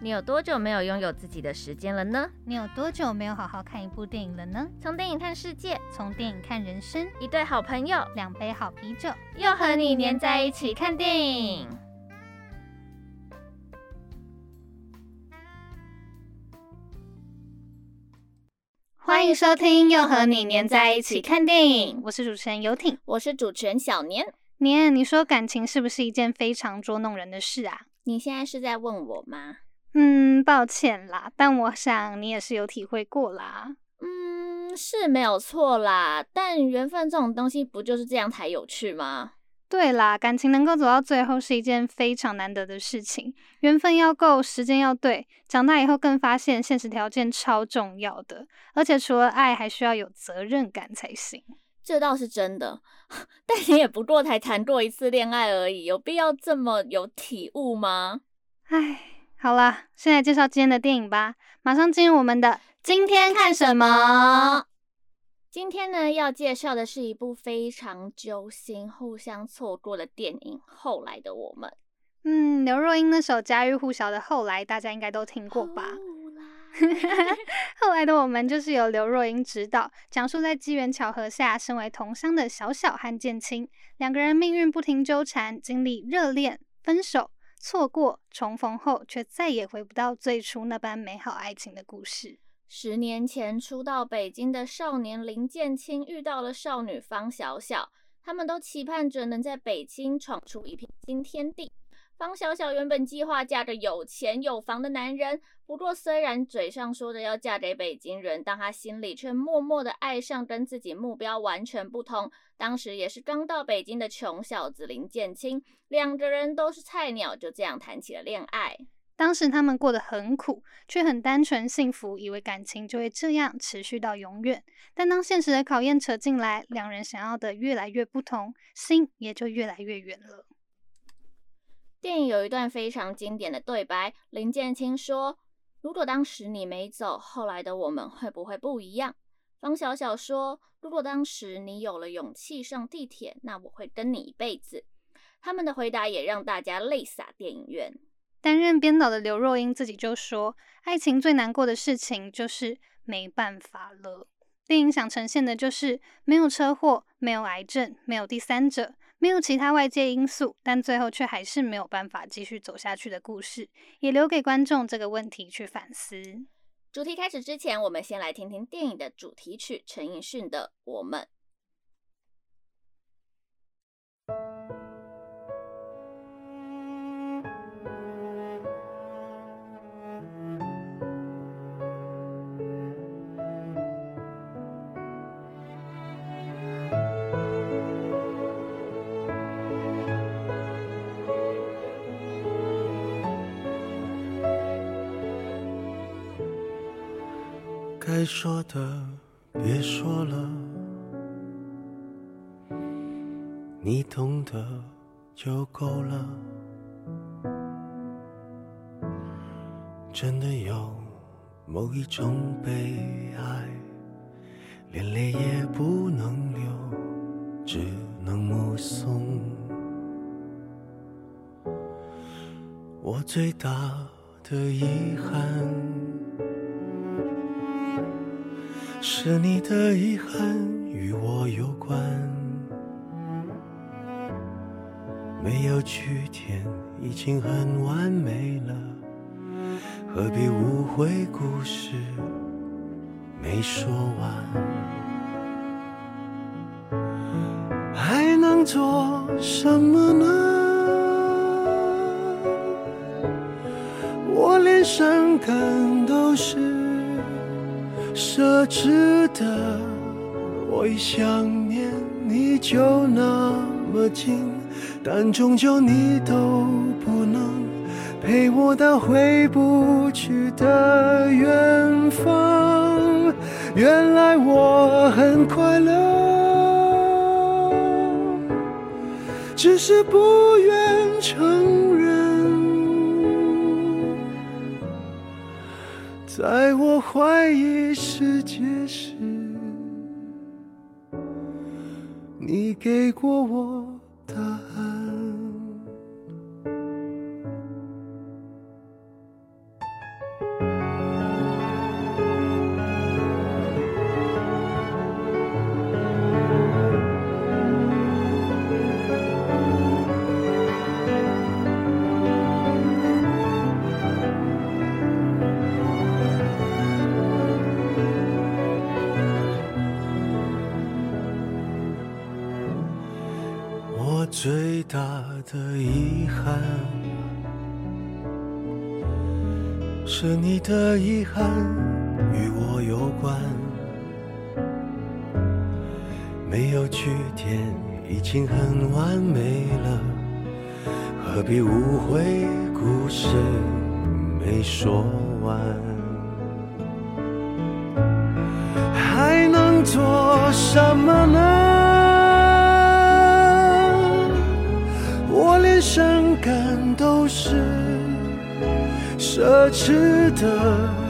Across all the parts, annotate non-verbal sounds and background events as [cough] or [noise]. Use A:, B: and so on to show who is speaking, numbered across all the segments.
A: 你有多久没有拥有自己的时间了呢？
B: 你有多久没有好好看一部电影了呢？
A: 从电影看世界，
B: 从电影看人生，
A: 一对好朋友
B: 两杯好啤酒，
A: 又和你黏在一起看电影。
B: 欢迎收听《又和你黏在一起看电影》，我是主持人游艇。
A: 我是主持人小年，
B: 年，你说感情是不是一件非常捉弄人的事啊？
A: 你现在是在问我吗？
B: 嗯，抱歉啦，但我想你也是有体会过啦。
A: 嗯，是没有错啦，但缘分这种东西不就是这样才有趣吗？
B: 对啦，感情能够走到最后是一件非常难得的事情，缘分要够，时间要对。长大以后更发现现实条件超重要的，而且除了爱，还需要有责任感才行。
A: 这倒是真的， [laughs] 但你也不过才谈过一次恋爱而已，有必要这么有体悟吗？
B: 唉，好啦，先来介绍今天的电影吧，马上进入我们的今天看什么。
A: 今天呢，要介绍的是一部非常揪心、互相错过的电影《后来的我们》。
B: 嗯，刘若英那首家喻户晓的《后来》，大家应该都听过吧？
A: 后来
B: [laughs] 后来的我们就是由刘若英执导，讲述在机缘巧合下，身为同乡的小小和建清两个人命运不停纠缠，经历热恋、分手、错过、重逢后，却再也回不到最初那般美好爱情的故事。
A: 十年前初到北京的少年林建清遇到了少女方小小，他们都期盼着能在北京闯出一片新天地。方小小原本计划嫁个有钱有房的男人，不过虽然嘴上说着要嫁给北京人，但她心里却默默的爱上跟自己目标完全不同。当时也是刚到北京的穷小子林建清，两个人都是菜鸟，就这样谈起了恋爱。
B: 当时他们过得很苦，却很单纯幸福，以为感情就会这样持续到永远。但当现实的考验扯进来，两人想要的越来越不同，心也就越来越远了。
A: 电影有一段非常经典的对白，林建清说：“如果当时你没走，后来的我们会不会不一样？”方小小说：“如果当时你有了勇气上地铁，那我会跟你一辈子。”他们的回答也让大家泪洒电影院。
B: 担任编导的刘若英自己就说：“爱情最难过的事情就是没办法了。”电影想呈现的就是没有车祸、没有癌症、没有第三者、没有其他外界因素，但最后却还是没有办法继续走下去的故事，也留给观众这个问题去反思。
A: 主题开始之前，我们先来听听电影的主题曲陈奕迅的《我们》。
C: 该说的别说了，你懂得就够了。真的有某一种悲哀，连泪也不能流，只能目送。我最大的遗憾。是你的遗憾与我有关，没有句点已经很完美了，何必误会故事没说完？还能做什么呢？我连伤感都是。奢侈的，我一想念你就那么近，但终究你都不能陪我到回不去的远方。原来我很快乐，只是不愿承认。在我怀疑世界时，你给过我答案。我最大的遗憾是你的遗憾与我有关，没有句点已经很完美了，何必误会故事没说完？还能做什么呢？我连伤感都是奢侈的。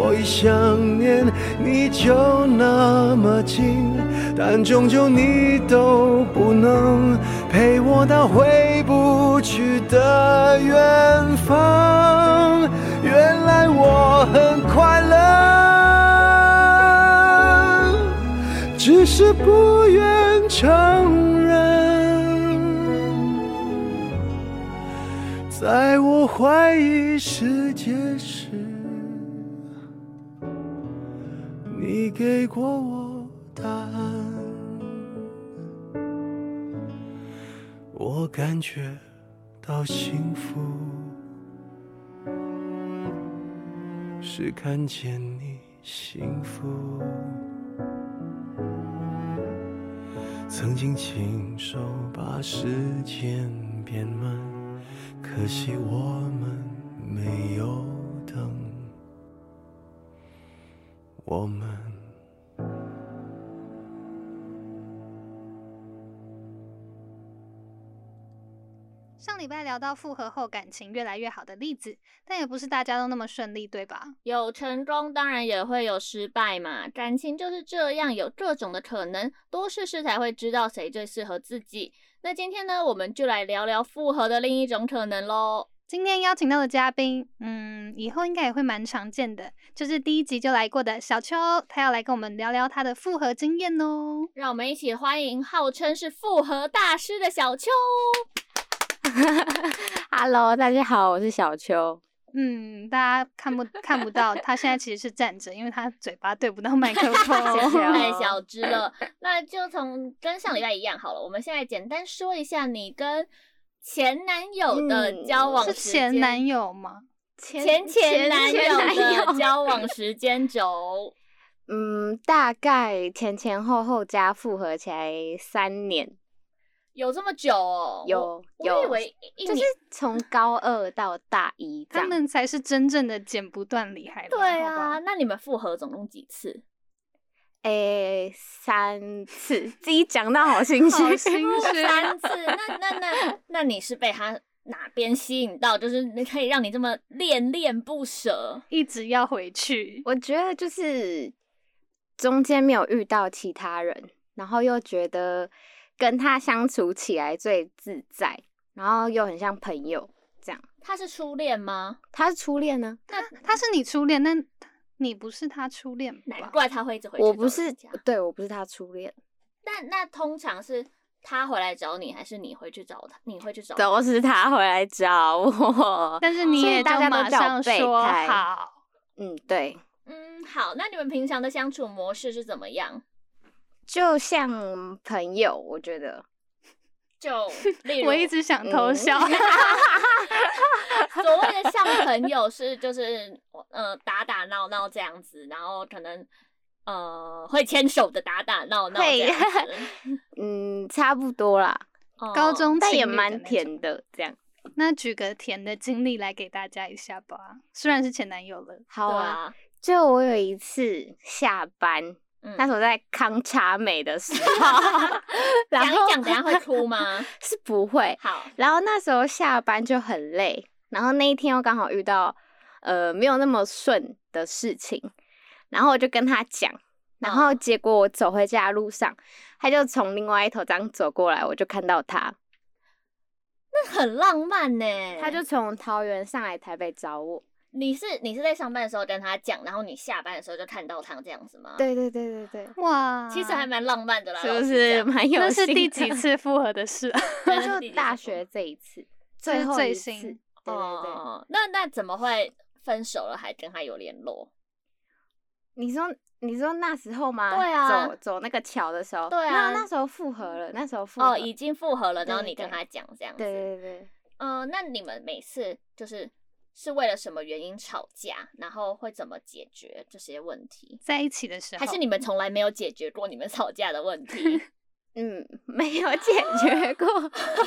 C: 我一想念你就那么近，但终究你都不能陪我到回不去的远方。原来我很快乐，只是不愿承认。在我怀疑世界时，你给过我答案。我感觉到幸福，是看见你幸福。曾经亲手把时间变慢。可惜我们没有等，我们
B: 上礼拜聊到复合后感情越来越好的例子，但也不是大家都那么顺利，对吧？
A: 有成功，当然也会有失败嘛。感情就是这样，有各种的可能，多试试才会知道谁最适合自己。那今天呢，我们就来聊聊复合的另一种可能喽。
B: 今天邀请到的嘉宾，嗯，以后应该也会蛮常见的，就是第一集就来过的小秋，他要来跟我们聊聊他的复合经验哦。
A: 让我们一起欢迎号称是复合大师的小秋。
D: Hello，大家好，我是小秋。
B: 嗯，大家看不看不到，他现在其实是站着，因为他嘴巴对不到麦
A: [laughs]
B: 克
D: 谢谢
B: 风。
D: 哦
A: 太小只了，那就从跟上礼拜一样好了。我们现在简单说一下你跟前男友的
D: 嗯
A: 交往
B: 是
A: 时间，
B: 前男友吗？
A: 前前男友的
D: 友，
A: 交往时间轴，
D: 嗯，大概前前后后加复合起来三年，
A: 有这么久哦？
D: 有
A: 我我以
D: 有
A: 为一
D: 就是
A: 年。
D: 从高二到大一这
B: 他
D: 样。
B: 们才是真正的剪不断理还乱。
A: 对
B: 好不好
A: 啊，，那你们复合总共几次？
D: 诶、三次，自己讲到好心
B: 好
A: [laughs]
D: 虚。
B: 心虚。
A: 三次。那那那那你是被他哪边吸引到，就是可以让你这么恋恋不舍？
B: 一直要回去，
D: [laughs] 我觉得就是中间没有遇到其他人，然后又觉得跟他相处起来最自在，然后又很像朋友这样。
A: 他是初恋吗？
D: 他是初恋呢？
B: 他他是你初恋，但你不是他初恋
A: 难
B: 吧？
A: 怪他会一直回去。
D: 我不是，对我不是他初恋。
A: 那那通常是他回来找你，还是你回去找他？你会去找他？
D: 都是他回来找我。
B: 但是你
D: 所以
B: 也就
D: 大家都
B: 马
D: 叫我
B: 上
D: 备
B: 说
D: 胎
B: 好，
D: 嗯，对，
A: 嗯，好，那你们平常的相处模式是怎么样？
D: 就像朋友，我觉得
A: 就例如
B: 我一直想偷
D: 嗯 [laughs]
B: 笑。
A: [laughs] 所谓的像朋友是就是呃打打闹闹这样子，然后可能呃会牵手的打打闹闹这样子。
D: [laughs] 嗯，差不多啦，
A: 哦
B: 高中
D: 但
B: 情
D: 也
B: 侣的
D: 蛮
B: 那种。
D: 甜的。这样
B: 那举个甜的经历来给大家一下吧，虽然是前男友了，
D: 好
A: 对
D: 啊。
A: 啊，
D: 就我有一次下班，
A: 嗯，
D: 那时候在康茶美的时候
A: 讲
D: 然后
A: 一讲，等下
D: [laughs]
A: 会哭吗？
D: 是不会。 [laughs]
A: 好，
D: 然后那时候下班就很累，然后那一天又刚好遇到呃没有那么顺的事情，然后我就跟他讲，然后
A: 嗯
D: 结果我走回家的路上，他就从另外一头这样走过来，我就看到他，
A: 那很浪漫呢、
D: 他就从桃园上来台北找我。
A: 你是你是在上班的时候跟他讲，然后你下班的时候就看到他这样子吗？，
D: 对对对对对，
B: 哇，
A: 其实还蛮浪漫的啦，
D: 是
A: 嗯老
D: 不
A: 实
D: 是
A: 讲
D: 蛮有？
B: 那是第几？
D: [laughs]
B: 次复合的事啊？
A: 对那是第
D: 就
A: 几
D: 大
A: 次
D: 学这一次，
B: 这是
D: 最后
B: 最
D: 一次。
B: 新
D: 对对对，
A: 哦，那那怎么会分手了还跟他有联络？
D: 你说你说那时候吗？
A: 对啊
D: 走走那个桥的时候，
A: 对啊
D: 那那时候复合了，那时候复合
A: 哦，已经复合了，然后
D: 对
A: 你跟
D: 对
A: 他讲这样子。
D: 对对对，
A: 嗯、那你们每次就是是为了什么原因吵架，然后会怎么解决这些问题？
B: 在一起的时候，
A: 还是你们从来没有解决过你们吵架的问
D: [laughs]
A: 题？
D: 嗯，没有解决过，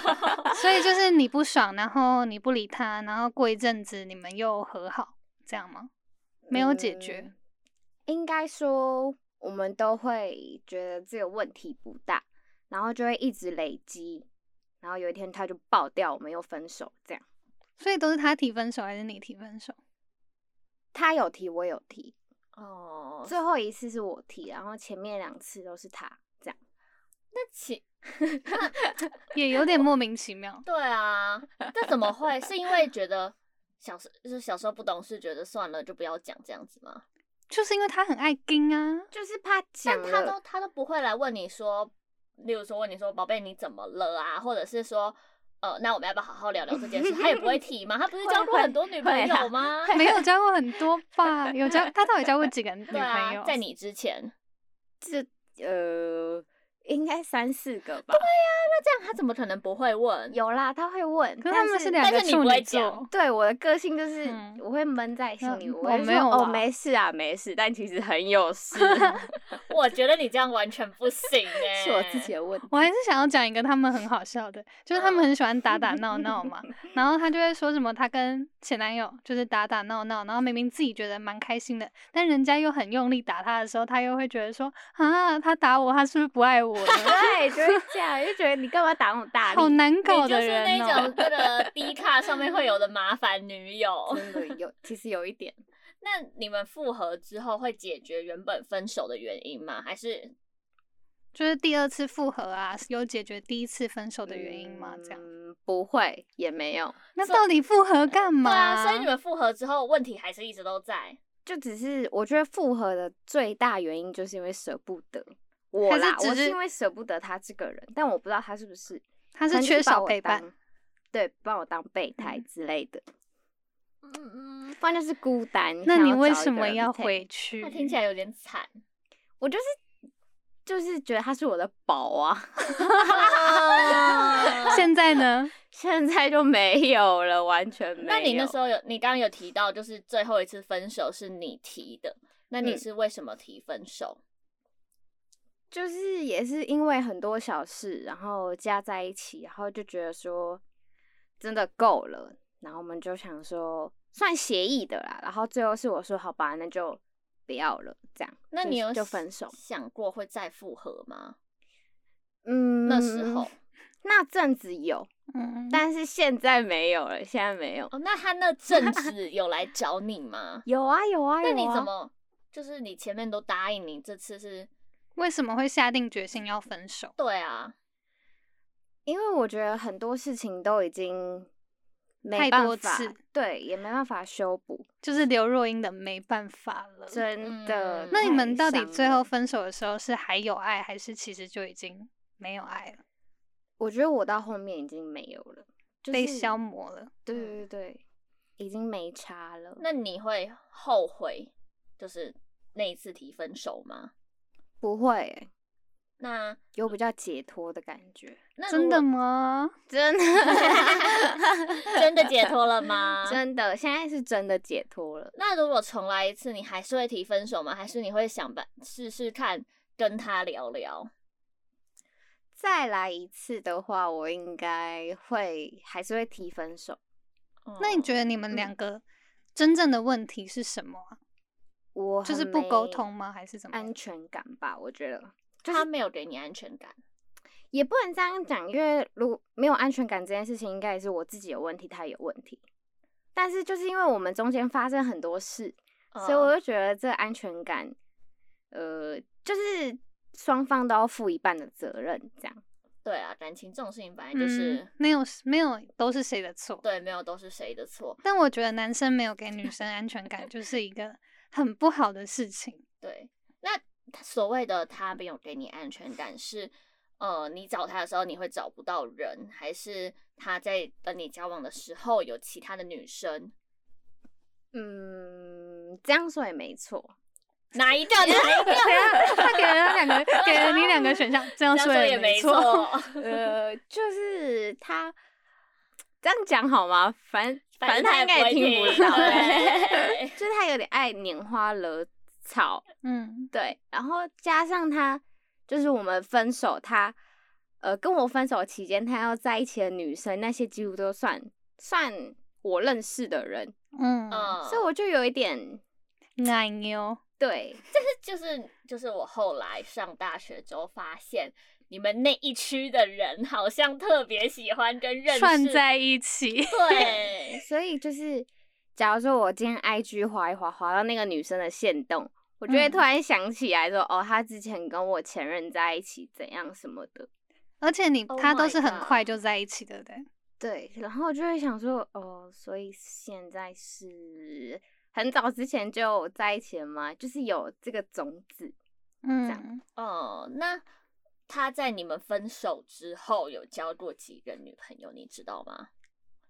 D: [laughs]
B: 所以就是你不爽，然后你不理他，然后过一阵子你们又和好，这样吗？没有解决
D: 嗯，应该说我们都会觉得这个问题不大，然后就会一直累积，然后有一天他就爆掉，我们又分手这样。
B: 所以都是他提分手还是你提分手？
D: 他有提，我有提，
A: 哦，
D: 最后一次是我提，然后前面两次都是他这样。
A: 那其
B: 也有点莫名其妙。
A: 对啊，这怎么会？是因为觉得小时就是小时候不懂事，觉得算了就不要讲这样子吗？
B: 就是因为他很爱
A: [laughs]
B: 盯啊，
D: 就是怕讲
A: 但
D: 了，
A: 他都他都不会来问你说，例如说问你说宝贝你怎么了啊，或者是说。呃，那我们要不要好好聊聊这件事？他也不会提吗？他不是交过
D: 会
A: 很多女朋
D: 会啦
A: 友吗？
B: 没有交过很多吧？有交他到底交过几个女
A: [laughs] 对
B: 朋友？
A: 啊，在你之前，
D: 呃，应该三四个吧。
A: 那这样他怎么可能不会问？
D: 有啦，他会问，
B: 可是他
D: 但
B: 们是
D: 是
B: 两
A: 但
B: 个
A: 是你
B: 处
A: 不会
B: 女座
A: 讲，
D: 对我的个性就是
B: 嗯
D: 我会闷在心里，
B: 嗯
D: 我
B: 我
D: 会说
B: 没有
D: 哦
B: 啦
D: 没事啊没事，但其实很有
B: [laughs]
D: 事，
A: 我觉得你这样完全不行哎、
D: 是我自己的问题。
B: 我还是想要讲一个他们很好笑的，就是
A: 嗯
B: 他们很喜欢打打
A: [laughs]
B: 闹闹嘛，然后他就会说什么他跟前男友就是打打闹闹，然后明明自己觉得蛮开心的，但人家又很用力打他的时候，他又会觉得说啊，他打我，他是不是不爱我了？ [laughs]
D: 对，就会这样，就觉得你干嘛打那种大
B: 好
D: 力？
B: 难搞
A: 你就
B: 的
A: 是
B: 人
A: 那
B: 哦、
A: 种那个 D 卡上面会有的麻烦女友。
D: 真的有，其实有一点，
A: 那你们复合之后会解决原本分手的原因吗？还是
B: 就是第二次复合啊，有解决第一次分手的原因吗？这样，
D: 嗯不会，也没有，
B: 那到底复合干
A: 对
B: 嘛？
A: 啊，所以你们复合之后问题还是一直都在。
D: 就只是我觉得复合的最大原因就是因为舍不得我
B: 还是
D: 啦，
B: 只
D: 我是
B: 是
D: 因为舍不得他这个人，但我不知道他是不是
B: 他
D: 可
B: 是
D: 能
B: 缺
D: 就把
B: 少
D: 我
B: 陪伴，
D: 当，对，把我当备胎
B: 嗯
D: 之类的，
A: 嗯嗯，
D: 不然就是孤单。
B: 那
D: 想
B: 你
D: 要
B: 为
D: 找一
B: 什
D: 个
B: 么
D: 人
B: 要
D: 陪
B: 回去？
A: 那听起来有点惨。
D: 我就是就是觉得他是我的宝啊， [laughs]
B: 现在呢？
D: 现在就没有了，完全没有。
A: 那你那时候有，你刚刚有提到，就是最后一次分手是你提的，那你
D: 嗯
A: 是为什么提分手？
D: 就是也是因为很多小事，然后加在一起，然后就觉得说真的够了，然后我们就想说算协议的啦，然后最后是我说好吧，那就不要了，这样。
A: 那你
D: 就
A: 有
D: 就分手？
A: 想过会再复合吗？
D: 嗯，
A: 那时候
D: 那阵子有，
B: 嗯，
D: 但是现在没有了，现在没有。
A: 哦，那他那
D: [laughs]
A: 阵子有来找你吗？
D: 有啊有啊有啊！
A: 那你怎么就是你前面都答应你，这次是
B: 为什么会下定决心要分手？
A: 对啊，
D: 因为我觉得很多事情都已经没
B: 太
D: 办
B: 多
D: 法
B: 次，
D: 对，也没办法修补，
B: 就是刘若英的没办法了。
D: 真的
A: 嗯。
B: 那你们到底最后
D: 太伤了？
B: 分手的时候是还有爱，还是其实就已经没有爱了，
D: 我觉得我到后面已经没有了，就是、
B: 被消。嗯磨了？
D: 对对对，已经没差了。
A: 那你会后悔就是那一次提分手吗？
D: 不会欸、
A: 那
D: 有比较解脱的感
B: [laughs]
D: 觉，
A: 那如
B: 真的
A: 果
B: 吗？
D: 真的，？
A: [laughs] 真的解脱了吗
D: [laughs] 真的，现在是真的解脱了。
A: 那如果重来一次，你还是会提分手吗？还是你会想办试试看跟他聊聊？
D: 再来一次的话，我应该会还是会提分手。
B: 那你觉
A: 得？
B: 得你们两个真正的问题是什么啊？
D: 我
B: 就是
D: 很
B: 不沟
D: 没
B: 通吗？还是怎么样？
D: 安全感吧，我觉得
A: 他没有给你安全感，
D: 也不能这样讲，因为如果没有安全感这件事情，应该也是我自己有问题，他有问题。但是就是因为我们中间发生很多事，
A: 嗯
D: 所以我就觉得这安全感，呃，就是双方都要负一半的责任，这样。
A: 对啊，感情这种事情本来就是、
B: 嗯、没有没有都是谁的错。
A: 对，没有都是谁的错。
B: 但我觉得男生没有给女生安全感，就是一个很不好的事情。
A: 对，那他所谓的他没有给你安全感是，呃，你找他的时候你会找不到人，还是他在跟你交往的时候有其他的女生？
D: 嗯，这样说也没错。
A: 哪一个？哪一个？
B: [laughs] 他给了两
D: [laughs]
B: 个，给了你两个选项，这样
A: 这样说
B: 说也
A: 也没
B: 错。
A: 错。 [laughs]
D: 呃，就是他这样讲好吗？反正
A: 反正
D: 他
A: 他
D: 应
A: 也不会
D: 该也
A: 听
D: 听不到，
A: 对
D: [laughs] 就是他有点爱拈花惹草，
B: 嗯，
D: 对，然后加上他就是我们分手，他呃跟我分手期间，他要在一起的女生，那些几乎都算算我认识的人，
B: 嗯，
A: 嗯，
D: 所以我就有一点
B: 奶牛，
D: 对，
A: 就是就是我后来上大学之后发现，你们那一区的人好像特别喜欢跟认识
B: 串在一起。
A: 对，
D: 所以就是假如说我今天 IG 滑一滑，滑到那个女生的线动。我就会
B: 嗯
D: 突然想起来说，哦，她之前跟我前任在一起怎样什么的，
B: 而且你
A: Oh
B: 他都
A: my
B: 是很
A: god
B: 快就在一起的，对不对？
D: 对，然后就会想说，哦，所以现在是很早之前就在一起了吗？就是有这个种 [laughs] 子，
B: 嗯，
A: 哦、那他在你们分手之后有交过几任女朋友，你知道吗？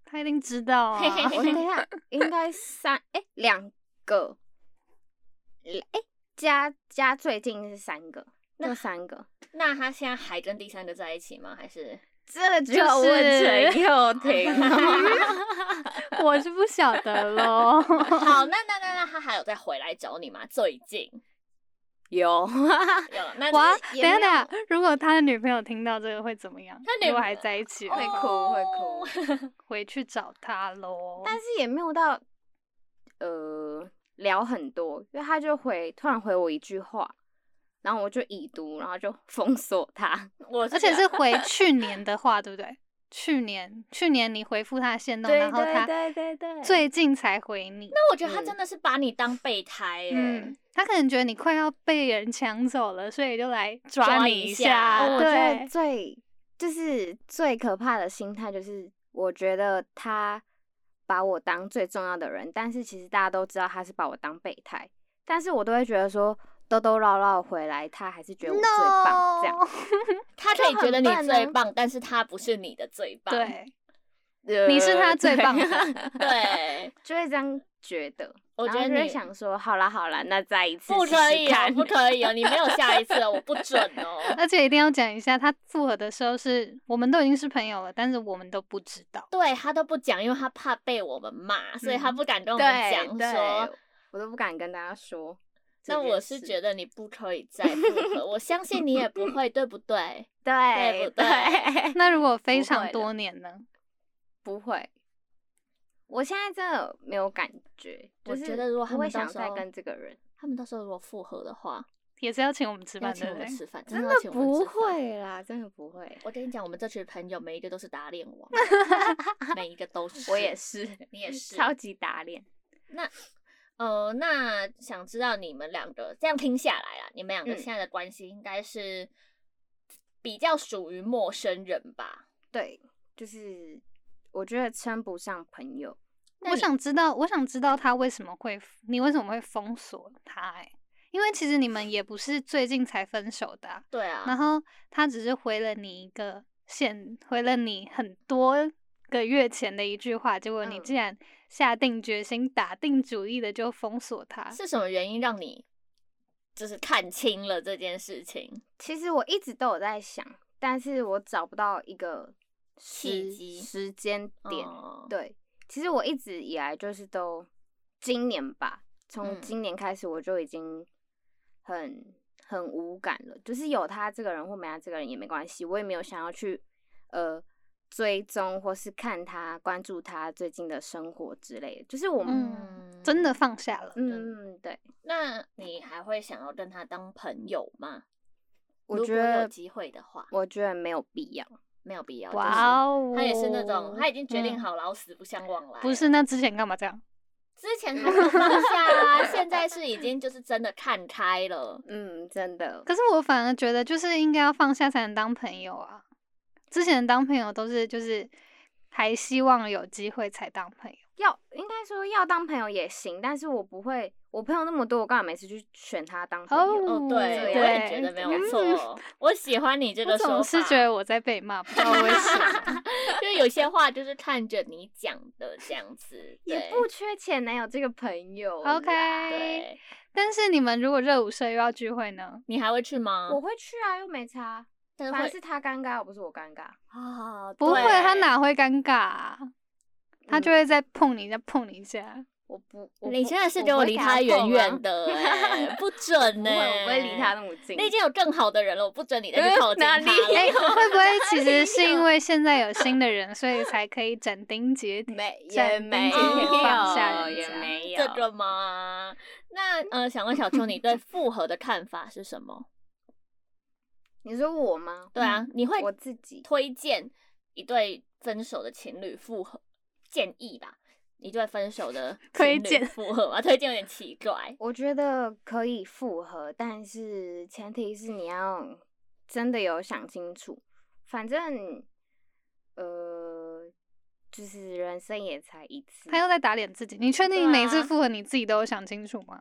B: 他一定知道
A: [laughs]
B: 啊
A: 嘿。嘿
D: 我
A: 嘿
D: 等一下应该三哎两个，哎加加最近是三个，就三个，
A: 那他现在还跟第三个在一起吗？还
D: [laughs]
A: 是
D: 这就
B: 就是
D: [laughs] 问陈又
A: [laughs]
D: 廷
B: 我是不晓得
A: [laughs]
B: 喽。
A: 好？那那那那他还有再回来找你吗？最近
D: 有， [laughs] 啊
A: 有那就
B: 哇，
A: 是
B: 等一
A: 也没
B: 下
A: 有
B: 等一下，如果他的女朋友听到这个会怎么样？
A: 他女
B: 如
A: 朋哦
B: 果还
A: 友
B: 在一起，
D: 会哭会哭
A: 会哭。
B: 回去找他喽。
D: 但是也没有到呃聊很多，因为他就回突然回我一句话，然后我就已读，然后就 [laughs] 封锁他。
A: 我
B: 而且
A: 觉
B: 是
A: 得
B: 回去年的话，对不对？去年去年你回复他的线动，然后他
D: 对对对
B: 最近才回你。
A: 那我觉得他
D: 嗯
A: 真的是把你当备胎耶、
B: 嗯，他可能觉得你快要被人抢走了，所以就来
A: 抓
B: 你
A: 你一
B: 下。
A: 下
D: 我觉得
B: 对，
D: 最就是最可怕的心态就是，我觉得他把我当最重要的人，但是其实大家都知道他是把我当备胎，但是我都会觉得说。兜兜绕绕回来，他还是觉得我最棒，这样。
A: 他可以觉得
D: 就很
A: 你
D: 笨啊
A: 最棒，但是他不是你的最棒。
B: 对，
D: 呃
B: 你是他最
D: 对
B: 棒的
A: 对，
D: [laughs] 就会这样觉得。
A: 我
D: 然
A: 觉
D: 后
A: 得
D: 就会
A: 你
D: 想说，好啦好啦，那再一次
A: 不
D: 试
A: 可
D: 试
A: 以哦，
D: 看 [laughs]
A: 不可以哦，你没有下一次哦，我不准哦。
B: 而且一定要讲一下，他复合的时候是我们都已经是朋友了，但是我们都不知道。
A: 对他都不讲，因为他怕被我们骂，所以他
B: 嗯
A: 不敢跟我们
D: 对
A: 讲说。
D: 对，我都不敢跟大
A: [laughs]
D: 家说这
A: 那
D: 件事。
A: 我是觉得你不可以再复合，我相信你也
D: [laughs]
A: 不会，对不对？
D: 对
A: 对不对
B: 那如果非
D: 不
B: 常
D: 会
B: 多
D: 的
B: 年呢？
D: [laughs] 不会。我现在真的没有感觉，
A: 我
D: 就是
A: 觉得如果他
D: 不会
A: 们到
D: 想
A: 时
D: 再
A: 候
D: 跟这个人，
A: 他们到时候如果复合的话，
B: 也是要请我们吃
A: [laughs] 要
B: 饭，
A: 请
B: 对
A: 我
B: 不
A: 们
B: 对？
A: 吃饭，
D: 真
A: 的
D: 的
A: 要请我们
D: 不
A: 吃饭。
D: 会啦，真的不
A: [laughs]
D: 会。
A: 我跟你讲，我们这群朋友每一个都是打脸
D: [laughs]
A: 王，每一个都是。
D: 我也是，
A: 你也是
D: 超级打脸。
A: 那呃，那想知道你们两个这样听下来啊啦，你们两个
D: 嗯
A: 现在的关系应该是比较属于陌生人吧？
D: 对，就是我觉得称不上朋友。
B: 我想知道，我想知道他为什么会，你为什么会封锁他、欸？因为其实你们也不是最近才分手的啊、
A: 对啊，
B: 然后他只是回了你一个现，回了你很多个月前的一句话，结果你
D: 嗯
B: 竟然下定决心、打定主意的就封锁他。
A: 是什么原因让你就是看清了这件事情？
D: 其实我一直都有在想，但是我找不到一个
A: 契
D: 时
A: 机
D: 时间点。
A: 哦
D: 对，其实我一直以来就是都今年吧，从
A: 嗯
D: 今年开始我就已经很很无感了，就是有他这个人或没他这个人也没关系，我也没有想要去呃追踪或是看他、关注他最近的生活之类的，就是我们
B: 嗯，真的放下了。
D: 嗯对，
A: 那你还会想要跟他当朋友吗？
D: 我
A: 如
D: 觉
A: 果有
D: 得
A: 机会的话，
D: 我觉得没有必要。
A: 没有必要。就是
B: 哇哦，
A: 他也是那种，他已经决定
B: 嗯
A: 好老死不相往来。
B: 不是，那之前干嘛这样？
A: 之前还没放下啊，现在是已经就是真的看开了。
D: 嗯，真的，
B: 可是我反而觉得，就是应该要放下才能当朋友啊。之前当朋友都是就是还希望有机会才当朋友，
D: 要应该说要当朋友也行，但是我不会，我朋友那么多，我干嘛每次去选他当朋友？
A: 哦，
B: [laughs] 嗯
A: 对，我也觉
B: 对
A: 得没
B: 嗯
A: 有错，哦 [laughs] 我喜欢你这
B: 我
A: 个说法。
B: 总是觉得我在被骂，不知道为什么。
A: [laughs] 就是有些话就是看着你讲的这样子，
D: 也
A: 对
D: 不缺钱能有这个朋友啦。
B: OK
A: [laughs] 对，
B: 但是你们如果热舞社又要聚会呢？
A: 你还会去吗？
D: 我会去啊，又没差，
A: 但是
D: 反正
A: 会
D: 是他尴尬，不是我尴尬。哦
A: 啊，
B: 不会，
A: 对
B: 他哪会尴尬、啊？他就
D: 嗯
B: 会再碰你，再碰你一下。 [laughs]
D: 我不，我
A: 你
D: 不
A: 真的是
D: 我
A: 给
D: 不
A: 我
D: 会
A: 离
D: 给
A: 他远
D: 碰啊
A: 远
D: [laughs]
A: 的、欸，不准
D: 不
A: 呢、
D: 会，我不会离他那么近。
A: 你已经有更好的人了，我不
D: [laughs]
A: 准你再去靠近他
D: 哪里
A: 了。
B: 哎、会不会其实是因
D: 有
B: 为现在有新的人，所以才可以斩钉截铁？
D: 没
B: 在
D: 也没
B: 冰淇淋放下
D: 有，
B: 人
D: 也
B: 家
D: 没有
A: 这个吗？那呃，想问小秋，你对复合的看法是什么？
D: 你说我吗？嗯
A: 对啊，你会
D: 我自己
A: 推荐一对分手的情侣复合建议吧？一对分手的
B: 推
A: 情侣
B: 荐
A: 复合 [laughs] 吧，推荐有点奇怪。
D: 我觉得可以复合，但是前提是你要真的有想清楚。反正，呃，就是人生也才一次。
B: 他又在打脸自己。你确定
A: 对
B: 每次
A: 啊
B: 复合你自己都有想清楚吗？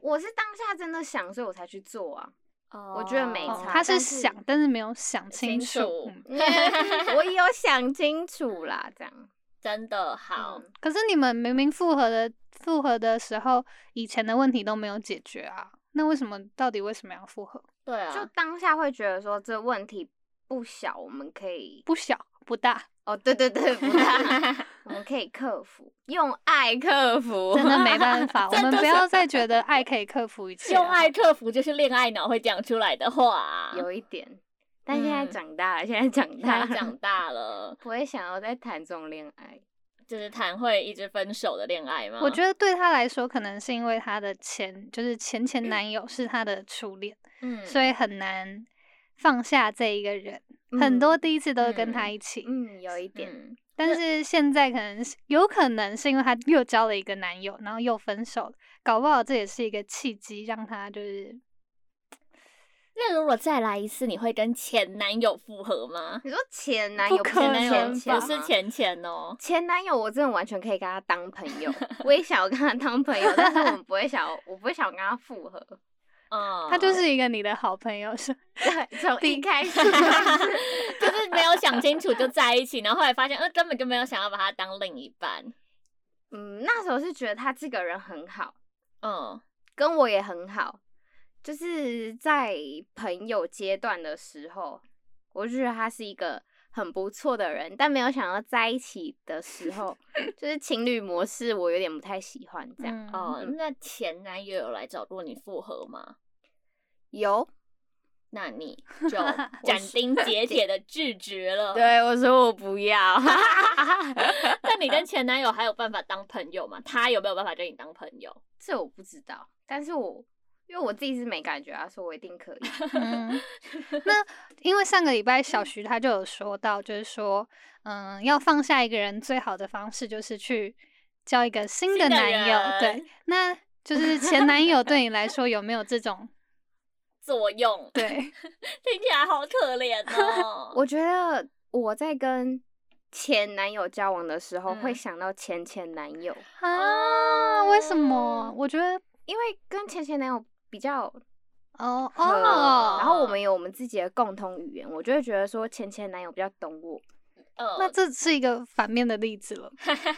D: 我是当下真的想，所以我才去做啊。 [laughs] 我觉得没
B: 哦
D: 差
B: 他是
D: 但是
B: 想，但是没有想清
A: 清楚
B: 嗯
D: 我也有想清楚啦，这样。
A: [laughs] 真的好，
D: 嗯
B: 可是你们明明复合的复合的时候，以前的问题都没有解决啊，那为什么到底为什么要复合？
A: 对啊，
D: 就当下会觉得说这问题不小，我们可以
B: 不小不大，
D: 哦，对对对，不大 [laughs] 我们可以克服，用爱克服，
B: 真的没办
A: [laughs]
B: 法，我
A: 真
B: 们
A: 的
B: 不
A: 是
B: 要再觉得爱可以克服一切了。
A: 用爱克服就是恋爱脑会讲出来的话。
D: 有一点，但现在
A: 嗯
D: 长大了，现在长大
A: [laughs] 他
D: 了，
A: 长大了，
D: 不会想要再谈这种恋爱。
A: 就是谈会一直分手的恋爱吗？
B: 我觉得对他来说，可能是因为他的前就是前前男友是他的初恋，
A: 嗯
B: 所以很难放下这一个人。很
D: 嗯
B: 多第一次都会跟他
A: 嗯
B: 一起，
D: 嗯，有一点，
A: 嗯
B: 但是现在可能是有可能是因为她又交了一个男友，然后又分手了，搞不好这也是一个契机，让她就是
A: 那如果再来一次，你会跟前男友复合吗？
D: 你说前男
B: 不
D: 友，
B: 可
A: [laughs] 前
D: 前
A: 男
D: 男
A: 友
D: 友
B: 能吧
A: 不是
D: 吗。
A: 前前哦，
D: 前男友，我真的完全可以跟他当朋 [laughs] 友，我也想要跟他当朋友，但是我们不会想要，我不会想要跟他复合。 [laughs]
A: 嗯，[laughs]
B: 她就是一个你的好朋友，是
D: 对，从一开 [laughs] 始
A: 就是没有想清楚就在一起，然后后来发现，呃，根本就没有想要把他当另一半。
D: 嗯，那时候是觉得他这个人很好，
A: 嗯，
D: 跟我也很好，就是在朋友阶段的时候，我就觉得他是一个很不错的人，但没有想到在一起的时候，就是情侣模式，我有点不太喜欢这
B: 这
D: 样。
B: 样哦。
A: 哦，那前男友有来找过你复合吗？
D: 有，
A: 那你就 [laughs] 斩钉截铁的拒绝了。，[laughs]
D: [laughs] 对我说我不要，
A: 那你跟前男友还有办法当朋友吗？他有没有办法跟你当朋友？
D: [laughs] 这我不知道，但是我因为我自己是没感觉啊，所以我一定可 [laughs] 以。
A: [laughs]
B: 嗯， [laughs] 那因为上个礼拜小徐他就有说到，就是说，嗯，要放下一个人最好的方式就是去交一个新的
A: 新的
B: 男友。对
A: 人，
B: 那就是前男友对你来说有没有这种？
A: 作用 [laughs]
B: 对，
A: 听起来好可 [laughs] 怜哦。
D: 我觉得我在跟前男友交往的时候，
A: 嗯
D: 会想到前前男友，
B: 啊，为什么？
A: 哦
B: 我觉得
D: 因为跟前前男友比较
B: 哦
D: 合
B: 哦，
D: 嗯然后我们有我们自己的共同语言，我就会觉得说前前男友比较懂我。
B: 那
A: 呃，
B: 这是一个反面的例子了，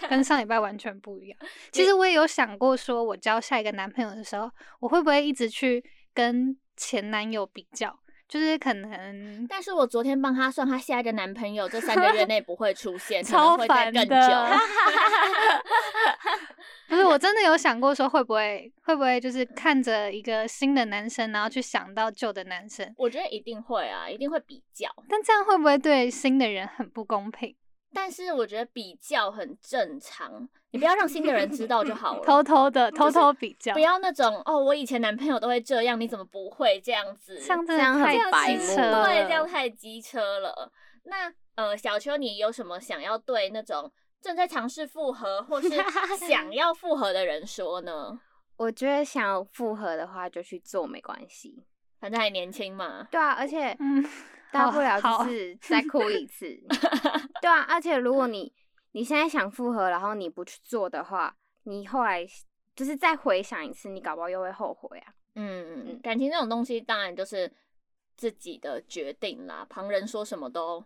B: 跟上礼拜完全不一样。其实我也有想过，说我交下一个男朋友的时候，我会不会一直去跟前男友比较？就是可能
A: 但是我昨天帮他算，他下一个男朋友这三 [laughs] 个月内不会出现，可
B: 超
A: 能会
B: 烦
A: 再更久。
B: 的，
A: [laughs]
B: [laughs] 不是我真的有想过说会不会会不会就是看着一个新的男生，然后去想到旧的男生，
A: 我觉得一定会啊，一定会比较。
B: 但这样会不会对新的人很不公平？
A: 但是我觉得比较很正常，你不要让新的人知道就好 [laughs] 了。
B: 偷偷的偷
A: 就是
B: 偷比较，
A: 不要那种哦，我以前男朋友都会这样，你怎么不会这样子？
B: 像
A: 这
B: 真
D: 这样
B: 的
D: 很
B: 太
A: 样
D: 白
B: 机
A: 子
D: 目
B: 车
A: 对，
B: 了
A: 这样太机车了。那呃，小秋，你有什么想要对那种正在尝试复合或是想要复合的人说呢？
D: 我觉得想复合的话就去做没关系。
A: 反正还年轻嘛，
D: 对啊，而且
B: 嗯，
D: 大
B: 好
D: 不了
B: 好
D: 就是再哭一次。对啊，而且如果你你现在想复合，然后你不去做的话，你后来就是再回想一次，你搞不好又会后悔啊。
A: 嗯嗯，
D: 嗯
A: 感情这种东西当然就是自己的决定啦，旁人说什么都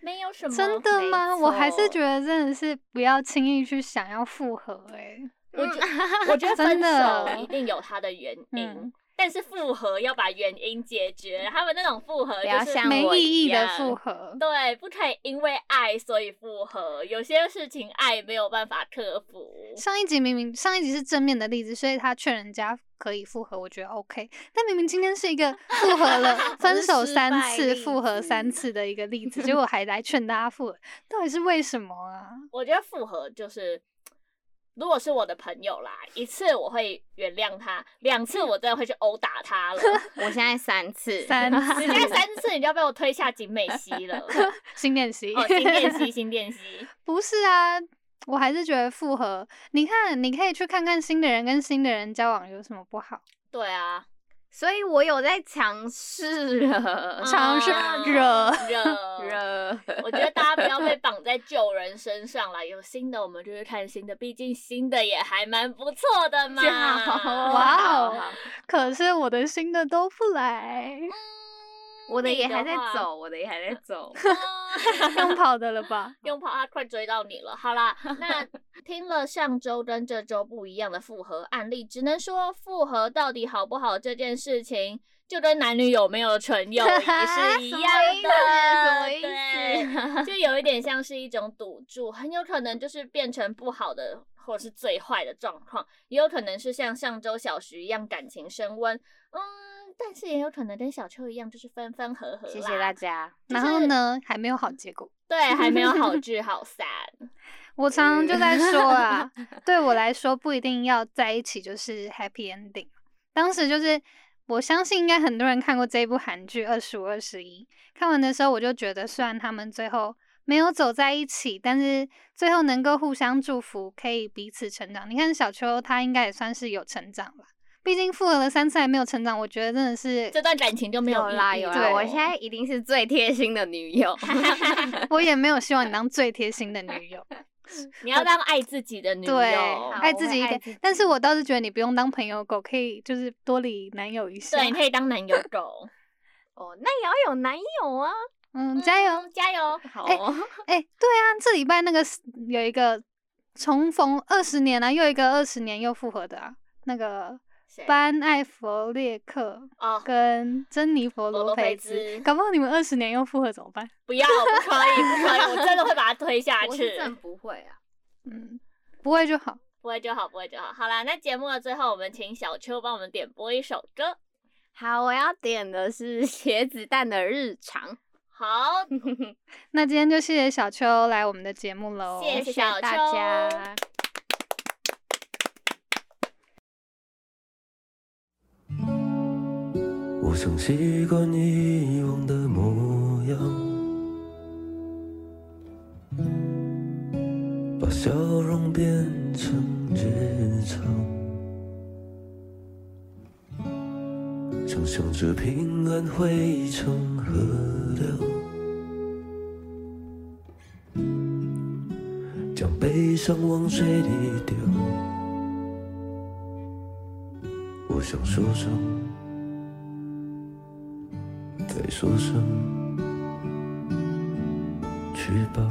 A: 没有什么。
B: 真的
D: 没
B: 吗？我还是
D: 错
B: 觉得真的是不要轻易去想要复合、欸，
A: 我觉嗯我觉得分
B: 真的
A: 手一定有它的原因，
B: 嗯
A: 但是复合要把原因解决。他们那种复合
D: 不要
A: 就是
D: 像
B: 没
D: 我
B: 意
D: 一
B: 义的
D: 样
B: 复合。
A: 对，不可以因为爱所以复合。有些事情爱没有办法克服。
B: 上一集明明上一集是正面的例子，所以他劝人家可以复合，我觉得 OK。但明明今天是一个复合
D: [laughs]
B: 了、分
D: 是
B: 手
D: 失
B: 三
D: 败
B: 次、
D: 例
B: 复合三
D: 子
B: 次的一个例子，结果还来劝大家复合，到底是为什么啊？
D: [laughs]
A: 我觉得复合就是，如果是我的朋友啦，一次我会原谅他，两次我真的会去殴打
B: [laughs]
A: 他了。
D: 我现在三次，
B: 三
A: 你现在
B: 次
A: 三次，你就要被我推下景美溪
B: [laughs]
A: 了。
B: 新练习，
A: 哦，新练习，新练习。
B: [laughs] 不是啊，我还是觉得复合。你看，你可以去看看新的人跟新的人交往有什么不好？
A: 对
B: [laughs]
A: 啊，
D: 所以我有在尝试了，
B: 尝试
A: 嗯
B: 惹 [laughs]
A: [laughs] 惹
D: 热。
A: 我觉得大家不要被绑在旧人身上啦，有新的我们就去看新的，毕竟新的也还蛮不错的嘛。
B: [laughs] 哇
D: 好
B: 哦
D: 好
B: 可是我的新的都不来，
D: 我的
A: 你
D: 也
A: 的
D: 还在
A: 话
D: 走，我的也还在走。
A: [laughs]
D: [laughs]
B: 用跑的了吧？
A: 用跑啊，快追到你了！好啦，
D: [laughs]
A: 那听了上周跟这周不一样的复合案例，只能说复合到底好不好这件事情，就跟男女有没有纯友谊是
D: [laughs]
A: 一
D: 什么
A: 样
D: 意思
A: 的，
D: 什么意
A: 对，
D: [laughs]
A: 就有一点像是一种赌注，很有可能就是变成不好的或是最坏的状况，也有可能是像上周小徐一样感情升温，嗯，但是也有可能跟小秋一样，就是分分合合啦。
D: 谢谢大家。
B: 然后呢，还没有好结果。
A: 对，还没有
D: [laughs]
A: 好聚好散。
B: 我常常就在说啊，对我来说不一定要在一起就是 happy ending。当时就是我相信应该很多人看过这一部韩剧《二十五二十一》，看完的时候我就觉得，虽然他们最后没有走在一起，但是最后能够互相祝福，可以彼此成长。你看小秋，他应该也算是有成长吧，毕竟复合了三次还没有成长，我觉得真的是
A: 这段感情就没有意
D: 啦
A: 义
D: 有
A: 了
D: 啦，我
B: 对
D: 现在一定是最贴心的女友。 [laughs]
B: 我也没有希望你当最贴心的女友。
A: 你要当爱自己的女友，
B: 对
D: 好，
B: 爱
D: 我
B: 自
D: 会
B: 己一
D: 爱
B: 点
D: 自。
B: 但是
D: 己
B: 我倒是觉得你不用当朋友狗，可以就是多理男友一下。
A: 对，你可以当男友
D: [laughs]
A: 狗，
D: 哦，那也要有男友啊。
B: 嗯，加油！
A: 嗯加油！
D: 好
B: 哎
D: 哦，
B: 哎、对啊，这礼拜那个是有一个重逢二十年啊，又一个二十年又复合的啊，那个
A: 谁
B: 班艾弗列克
A: 哦，
B: 跟珍妮佛
A: 佛
B: 罗
A: 罗
B: 培
A: 培
B: 兹
A: 兹，
B: 搞不好你们二十年又复合怎么办？
A: 不要，不可以，不可以，我真的会把它推下
D: 我
A: 去
D: 是。真不会啊。
B: 嗯，不会就好。
A: 不会就好，不会就好。好啦，那节目的最后，我们请小秋帮我们点播一首歌。
D: 好，我要点的是 [laughs] 茄子蛋的日常。
A: 好，
B: 那今天就谢谢小秋来我们的节目喽，
A: 谢
D: 谢谢
A: 小
D: 大
A: 秋
D: 家。
C: 我曾习惯遗忘的模样，把笑容变成日常，想象着平安汇成河流，将悲伤往水里丢。我想说声。再说声去吧。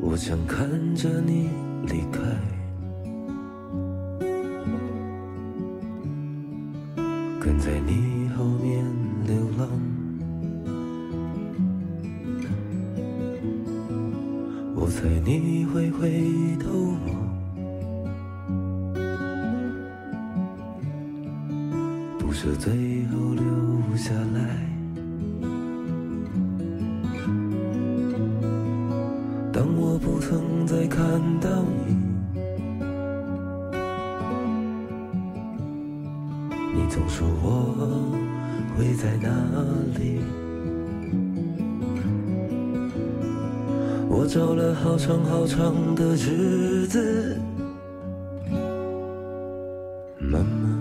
C: 我想看着你离开，跟在你后面流浪，不舍最后留下来。当我不曾再看到你，你总说我会在哪里？我找了好长好长的日子，慢慢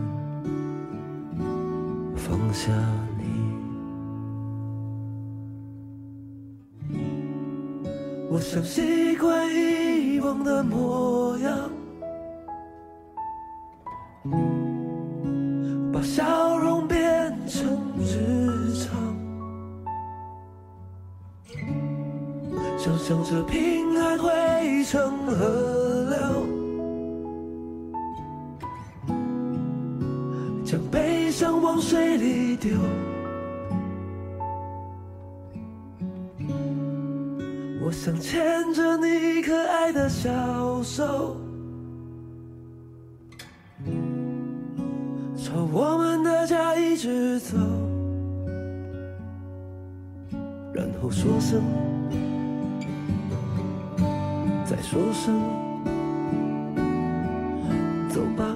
C: 放下你。我想习惯以往的模样，把笑容变成日常。想象着平安汇成河流，将悲伤往水里丢。我想牵着你可爱的小手，朝我们的家一直走，然后说声，再说声，走吧。